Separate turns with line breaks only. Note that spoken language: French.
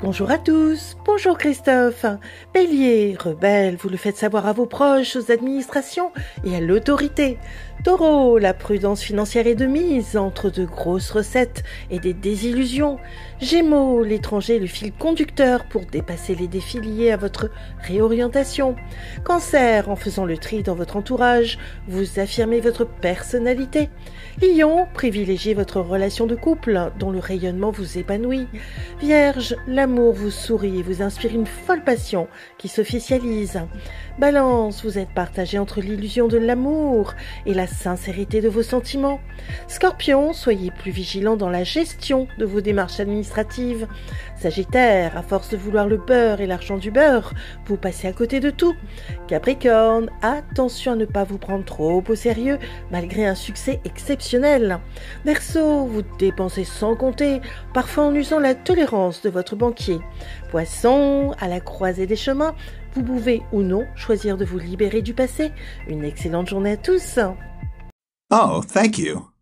Bonjour à tous, bonjour Christophe. Bélier, rebelle, vous le faites savoir à vos proches, aux administrations et à l'autorité. Taureau, la prudence financière est de mise entre de grosses recettes et des désillusions. Gémeaux, l'étranger est le fil conducteur pour dépasser les défis liés à votre réorientation. Cancer, en faisant le tri dans votre entourage, vous affirmez votre personnalité. Lion, privilégiez votre relation de couple dont le rayonnement vous épanouit. Vierge, l'amour vous sourit et vous inspire une folle passion qui s'officialise. Balance, vous êtes partagé entre l'illusion de l'amour et la sincérité de vos sentiments. Scorpion, soyez plus vigilant dans la gestion de vos démarches administratives. Sagittaire, à force de vouloir le beurre et l'argent du beurre, vous passez à côté de tout. Capricorne, attention à ne pas vous prendre trop au sérieux malgré un succès exceptionnel. Verseau, vous dépensez sans compter, parfois en usant la tolérance de votre banquier. Poisson, à la croisée des chemins, vous pouvez ou non choisir de vous libérer du passé. Une excellente journée à tous.
Oh, thank you.